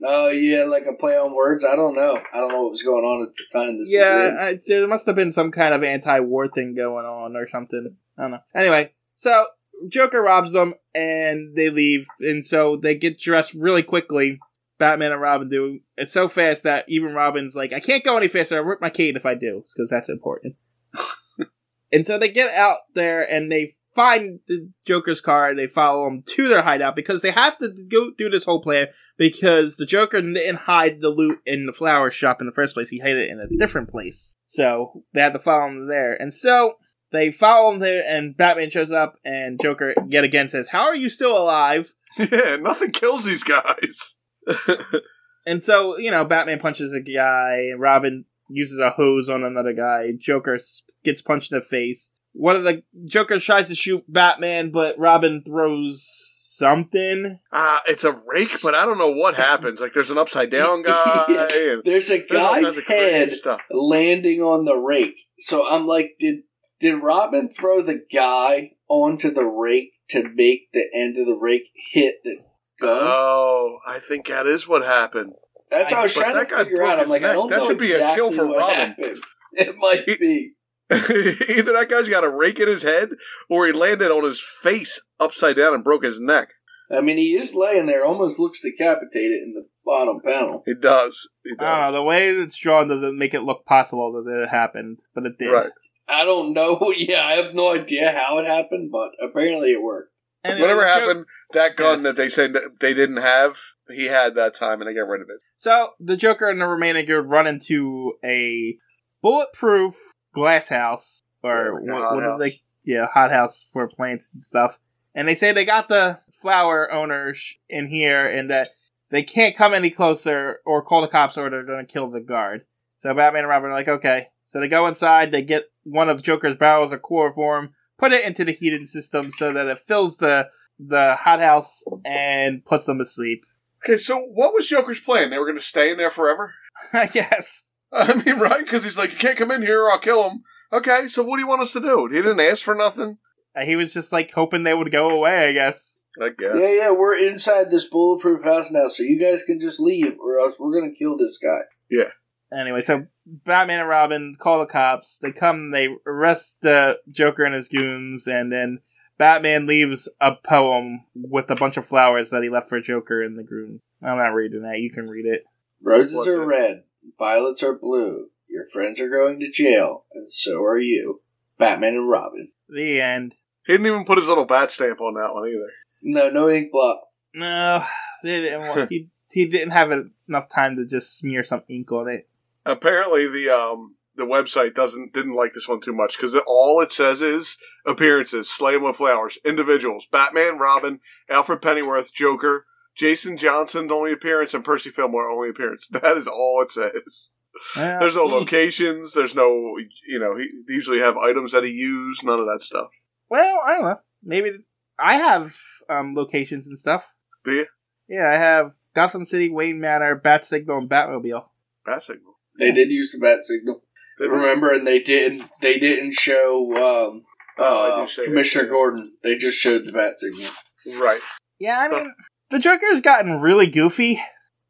[SPEAKER 3] Oh yeah, like a play on words. I don't know. I don't know what was going on at the time. This was
[SPEAKER 1] Yeah,
[SPEAKER 3] written.
[SPEAKER 1] I, there must have been some kind of anti-war thing going on or something. I don't know. Anyway, so Joker robs them and they leave, and so they get dressed really quickly. Batman and Robin do it's so fast that even Robin's like, I can't go any faster. I rip my cane if I do, because that's important. and so they get out there and they find the Joker's car and they follow him to their hideout because they have to go through this whole plan because the Joker didn't hide the loot in the flower shop in the first place. He hid it in a different place. So they had to follow him there. And so they follow him there, and Batman shows up, and Joker yet again says, How are you still alive?
[SPEAKER 2] Uh, [LAUGHS] yeah, nothing kills these guys. [LAUGHS]
[SPEAKER 1] And so, you know, Batman punches a guy, and Robin uses a hose on another guy. Joker s- gets punched in the face. One of the Joker tries to shoot Batman, but Robin throws something.
[SPEAKER 2] Uh, it's a rake, but I don't know what happens. Like, there's an upside down guy. and there's
[SPEAKER 3] There's a
[SPEAKER 2] all kinds
[SPEAKER 3] guy's
[SPEAKER 2] of crazy
[SPEAKER 3] head
[SPEAKER 2] Stuff.
[SPEAKER 3] landing on the rake. So I'm like, did did Robin throw the guy onto the rake to make the end of the rake hit the gun?
[SPEAKER 2] Oh, I think that is what happened.
[SPEAKER 3] That's what I was
[SPEAKER 2] but
[SPEAKER 3] trying to
[SPEAKER 2] that guy
[SPEAKER 3] figure
[SPEAKER 2] broke
[SPEAKER 3] out. I'm
[SPEAKER 2] his
[SPEAKER 3] like, I
[SPEAKER 2] neck.
[SPEAKER 3] don't
[SPEAKER 2] That
[SPEAKER 3] know
[SPEAKER 2] should be a
[SPEAKER 3] exactly
[SPEAKER 2] kill for
[SPEAKER 3] what
[SPEAKER 2] Robin.
[SPEAKER 3] happened. [LAUGHS] It might
[SPEAKER 2] He-
[SPEAKER 3] be.
[SPEAKER 2] [LAUGHS] Either that guy's got a rake in his head, or he landed on his face upside down and broke his neck.
[SPEAKER 3] I mean, he is laying there, almost looks decapitated in the bottom panel.
[SPEAKER 2] He does. He
[SPEAKER 1] I don't
[SPEAKER 2] does.
[SPEAKER 1] know. Ah, The way it's drawn doesn't make it look possible that it happened, but it did.
[SPEAKER 2] Right.
[SPEAKER 3] I don't know. [LAUGHS] Yeah, I have no idea how it happened, but apparently it worked.
[SPEAKER 1] And it
[SPEAKER 2] Whatever
[SPEAKER 1] was a joke.
[SPEAKER 2] happened, that gun
[SPEAKER 1] Yeah.
[SPEAKER 2] that they said that they didn't have, he had that time, and they got rid of it.
[SPEAKER 1] So the Joker and the remaining group run into a bulletproof glass house, or
[SPEAKER 2] Yeah, like a
[SPEAKER 1] what, what
[SPEAKER 2] hothouse.
[SPEAKER 1] do they? Yeah, hothouse for plants and stuff. And they say they got the flower owners in here, and that they can't come any closer or call the cops, or they're going to kill the guard. So Batman and Robin are like, okay. So they go inside. They get one of Joker's barrels of chloroform, put it into the heating system so that it fills the the hothouse and puts them to sleep. [LAUGHS]
[SPEAKER 2] Okay, so what was Joker's plan? They were going to stay in there forever. [LAUGHS]
[SPEAKER 1] I guess.
[SPEAKER 2] I mean, right? Because he's like, you can't come in here, or I'll kill him. Okay, so what do you want us to do? He didn't ask for nothing.
[SPEAKER 1] Uh, he was just like hoping they would go away, I guess.
[SPEAKER 2] I guess.
[SPEAKER 3] Yeah, yeah, we're inside this bulletproof house now, so you guys can just leave, or else we're gonna kill this guy.
[SPEAKER 1] Anyway, so Batman and Robin call the cops. They come, they arrest the Joker and his goons, and then Batman leaves a poem with a bunch of flowers that he left for Joker and the goons. I'm not reading that. You can read it.
[SPEAKER 3] Roses
[SPEAKER 2] What
[SPEAKER 3] are
[SPEAKER 2] the-
[SPEAKER 3] red, violets are blue. Your friends are going to jail, and so are you, Batman and Robin.
[SPEAKER 1] The end.
[SPEAKER 2] He didn't even put his little bat stamp on that one either.
[SPEAKER 3] No, no ink blot.
[SPEAKER 1] No, they didn't want, he he didn't have enough time to just smear some ink on it.
[SPEAKER 2] Apparently, the um the website doesn't didn't like this one too much because all it says is appearances, Slay 'em with Flowers, individuals, Batman, Robin, Alfred Pennyworth, Joker, Jason Johnson's only appearance, and Percy Fillmore only appearance. [LAUGHS] That is all it says.
[SPEAKER 1] Well,
[SPEAKER 2] There's no
[SPEAKER 1] hmm.
[SPEAKER 2] locations. There's no you know. He they usually have items that he used. None of that stuff.
[SPEAKER 1] Well, I don't know. Maybe I have um, locations and stuff.
[SPEAKER 2] Do you?
[SPEAKER 1] Yeah, I have Gotham City, Wayne Manor, Bat Signal, and Batmobile.
[SPEAKER 2] Bat signal.
[SPEAKER 3] They did use the bat signal.
[SPEAKER 2] Did-
[SPEAKER 3] Remember, and they didn't. They didn't show um,
[SPEAKER 2] Oh, I
[SPEAKER 3] uh,
[SPEAKER 2] do say that.
[SPEAKER 3] Commissioner Gordon. They just showed the bat signal.
[SPEAKER 2] Right.
[SPEAKER 1] Yeah, I
[SPEAKER 2] So-
[SPEAKER 1] mean, the Joker's gotten really goofy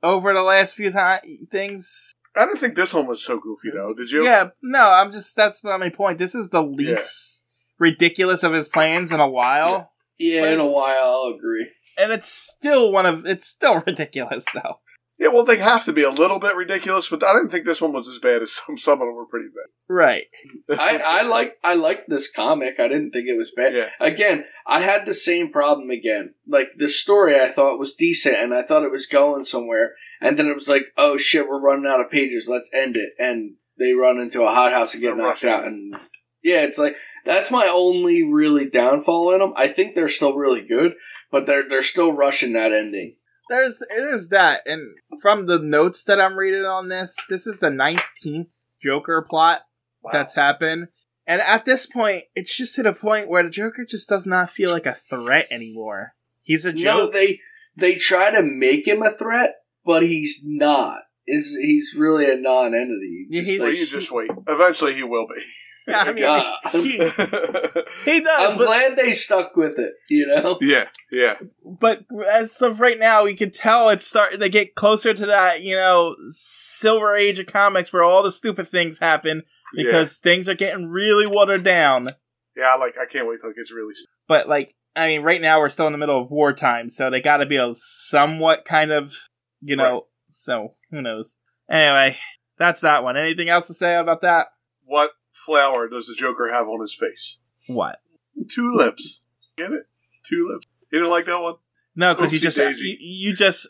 [SPEAKER 1] over the last few ti things.
[SPEAKER 2] I didn't think this one was so goofy though. Did you?
[SPEAKER 1] Yeah, no, I'm just that's my main point. This is the least ridiculous of his plans in a while,
[SPEAKER 3] Yeah, in a while, I'll agree.
[SPEAKER 1] and it's still one of it's still [LAUGHS] ridiculous though.
[SPEAKER 2] Yeah. Well, they have to be a little bit ridiculous, but I didn't think this one was as bad as [LAUGHS] some. Some of them were pretty bad.
[SPEAKER 1] Right?
[SPEAKER 3] I, I like I like this comic. I didn't think it was bad.
[SPEAKER 2] Yeah.
[SPEAKER 3] Again, I had the same problem again. Like the story I thought was decent and I thought it was going somewhere and then it was like, "Oh shit, we're running out of pages. Let's end it." And they run into a hothouse and get
[SPEAKER 2] They're
[SPEAKER 3] knocked
[SPEAKER 2] rushing.
[SPEAKER 3] out and yeah, it's like that's my only really downfall in them. I think they're still really good, but they're they're still rushing that ending.
[SPEAKER 1] There's there's that, and from the notes that I'm reading on this, this is the 19th Joker plot
[SPEAKER 2] Wow.
[SPEAKER 1] that's happened. And at this point, it's just at a point where the Joker just does not feel like a threat anymore. He's a
[SPEAKER 3] No, [LAUGHS]
[SPEAKER 1] joke.
[SPEAKER 3] they they try to make him a threat, but he's not. Is he's really a non-entity.
[SPEAKER 1] Yeah, he's-
[SPEAKER 2] Well, you just wait. Eventually, he will be.
[SPEAKER 1] I mean,
[SPEAKER 3] God.
[SPEAKER 1] [LAUGHS] he, he does.
[SPEAKER 3] I'm
[SPEAKER 1] but-
[SPEAKER 3] glad they stuck with it, you know?
[SPEAKER 2] [LAUGHS] [LAUGHS] yeah. Yeah.
[SPEAKER 1] but as of right now, we can tell it's starting to get closer to that, you know, silver age of comics where all the stupid things happen because things are getting really watered down.
[SPEAKER 2] yeah. Yeah. I like. I can't wait till it gets really.
[SPEAKER 1] But like, I mean, right now we're still in the middle of wartime, so they got to be a somewhat kind of, you know,
[SPEAKER 2] Right.
[SPEAKER 1] so who knows? Anyway, that's that one. Anything else to say about that?
[SPEAKER 2] What flower does the Joker have on his face?
[SPEAKER 1] What?
[SPEAKER 2] Tulips. Get it? Tulips. You didn't like that one?
[SPEAKER 1] No, because you
[SPEAKER 2] Oopsie
[SPEAKER 1] just
[SPEAKER 2] daisy.
[SPEAKER 1] you, you just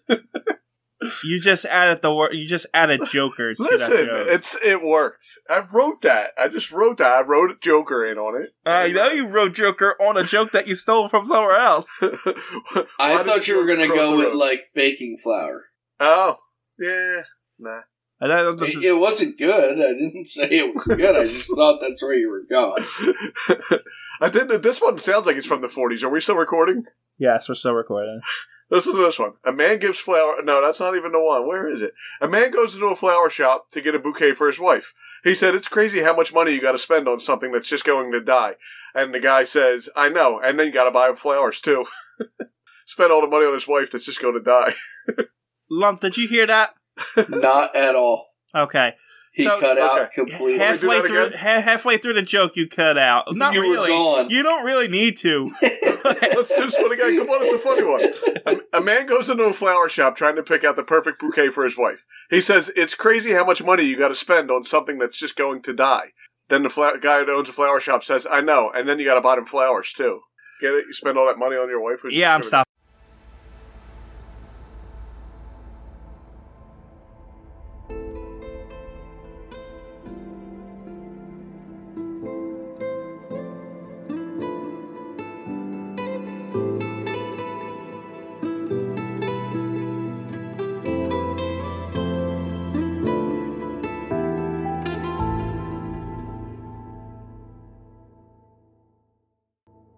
[SPEAKER 1] you just added the word you just added Joker to that
[SPEAKER 2] Listen,
[SPEAKER 1] show.
[SPEAKER 2] it's it worked. I wrote that. I just wrote that. I wrote Joker in on it.
[SPEAKER 1] I know Uh, you wrote Joker on a joke that you stole from somewhere else.
[SPEAKER 2] Why
[SPEAKER 3] I
[SPEAKER 2] did
[SPEAKER 3] thought you were going to
[SPEAKER 2] cross the
[SPEAKER 3] go with,
[SPEAKER 2] road?
[SPEAKER 3] like, baking flour.
[SPEAKER 2] [LAUGHS] Oh, yeah, nah. [LAUGHS]
[SPEAKER 1] And that- that-
[SPEAKER 3] It, it wasn't good. I didn't [LAUGHS] say it was good. I just thought that's where you were
[SPEAKER 2] [LAUGHS]
[SPEAKER 3] going.
[SPEAKER 2] I did. This one sounds like it's from the '40s. Are we still recording?
[SPEAKER 1] yes, we're still recording.
[SPEAKER 2] Listen to this one. A man gives flower. No, that's not even the one. Where is it? A man goes into a flower shop to get a bouquet for his wife. He said, It's crazy how much money you got to spend on something that's just going to die. And the guy says, I know. And then you got to buy him flowers, too. [LAUGHS] spend all the money on his wife that's just going to die.
[SPEAKER 1] Lump, did you hear that?
[SPEAKER 3] Not at all.
[SPEAKER 1] Okay.
[SPEAKER 3] He
[SPEAKER 1] So-
[SPEAKER 3] cut out
[SPEAKER 2] okay.
[SPEAKER 3] completely.
[SPEAKER 2] Half-
[SPEAKER 1] halfway
[SPEAKER 2] that
[SPEAKER 1] through
[SPEAKER 2] again?
[SPEAKER 1] ha- halfway through the joke you cut out. Not
[SPEAKER 3] You were
[SPEAKER 1] really.
[SPEAKER 3] gone.
[SPEAKER 1] You don't really need to.
[SPEAKER 2] [LAUGHS]
[SPEAKER 1] [LAUGHS]
[SPEAKER 2] Let's do this one again. Come on, it's a funny one. A, a man goes into a flower shop trying to pick out the perfect bouquet for his wife. He says, It's crazy how much money you got to spend on something that's just going to die. Then the fla- guy that owns a flower shop says, I know. And then you got to buy them flowers, too. Get it? You spend all that money on your wife? who's
[SPEAKER 1] yeah, I'm
[SPEAKER 2] just gonna-
[SPEAKER 1] stopping.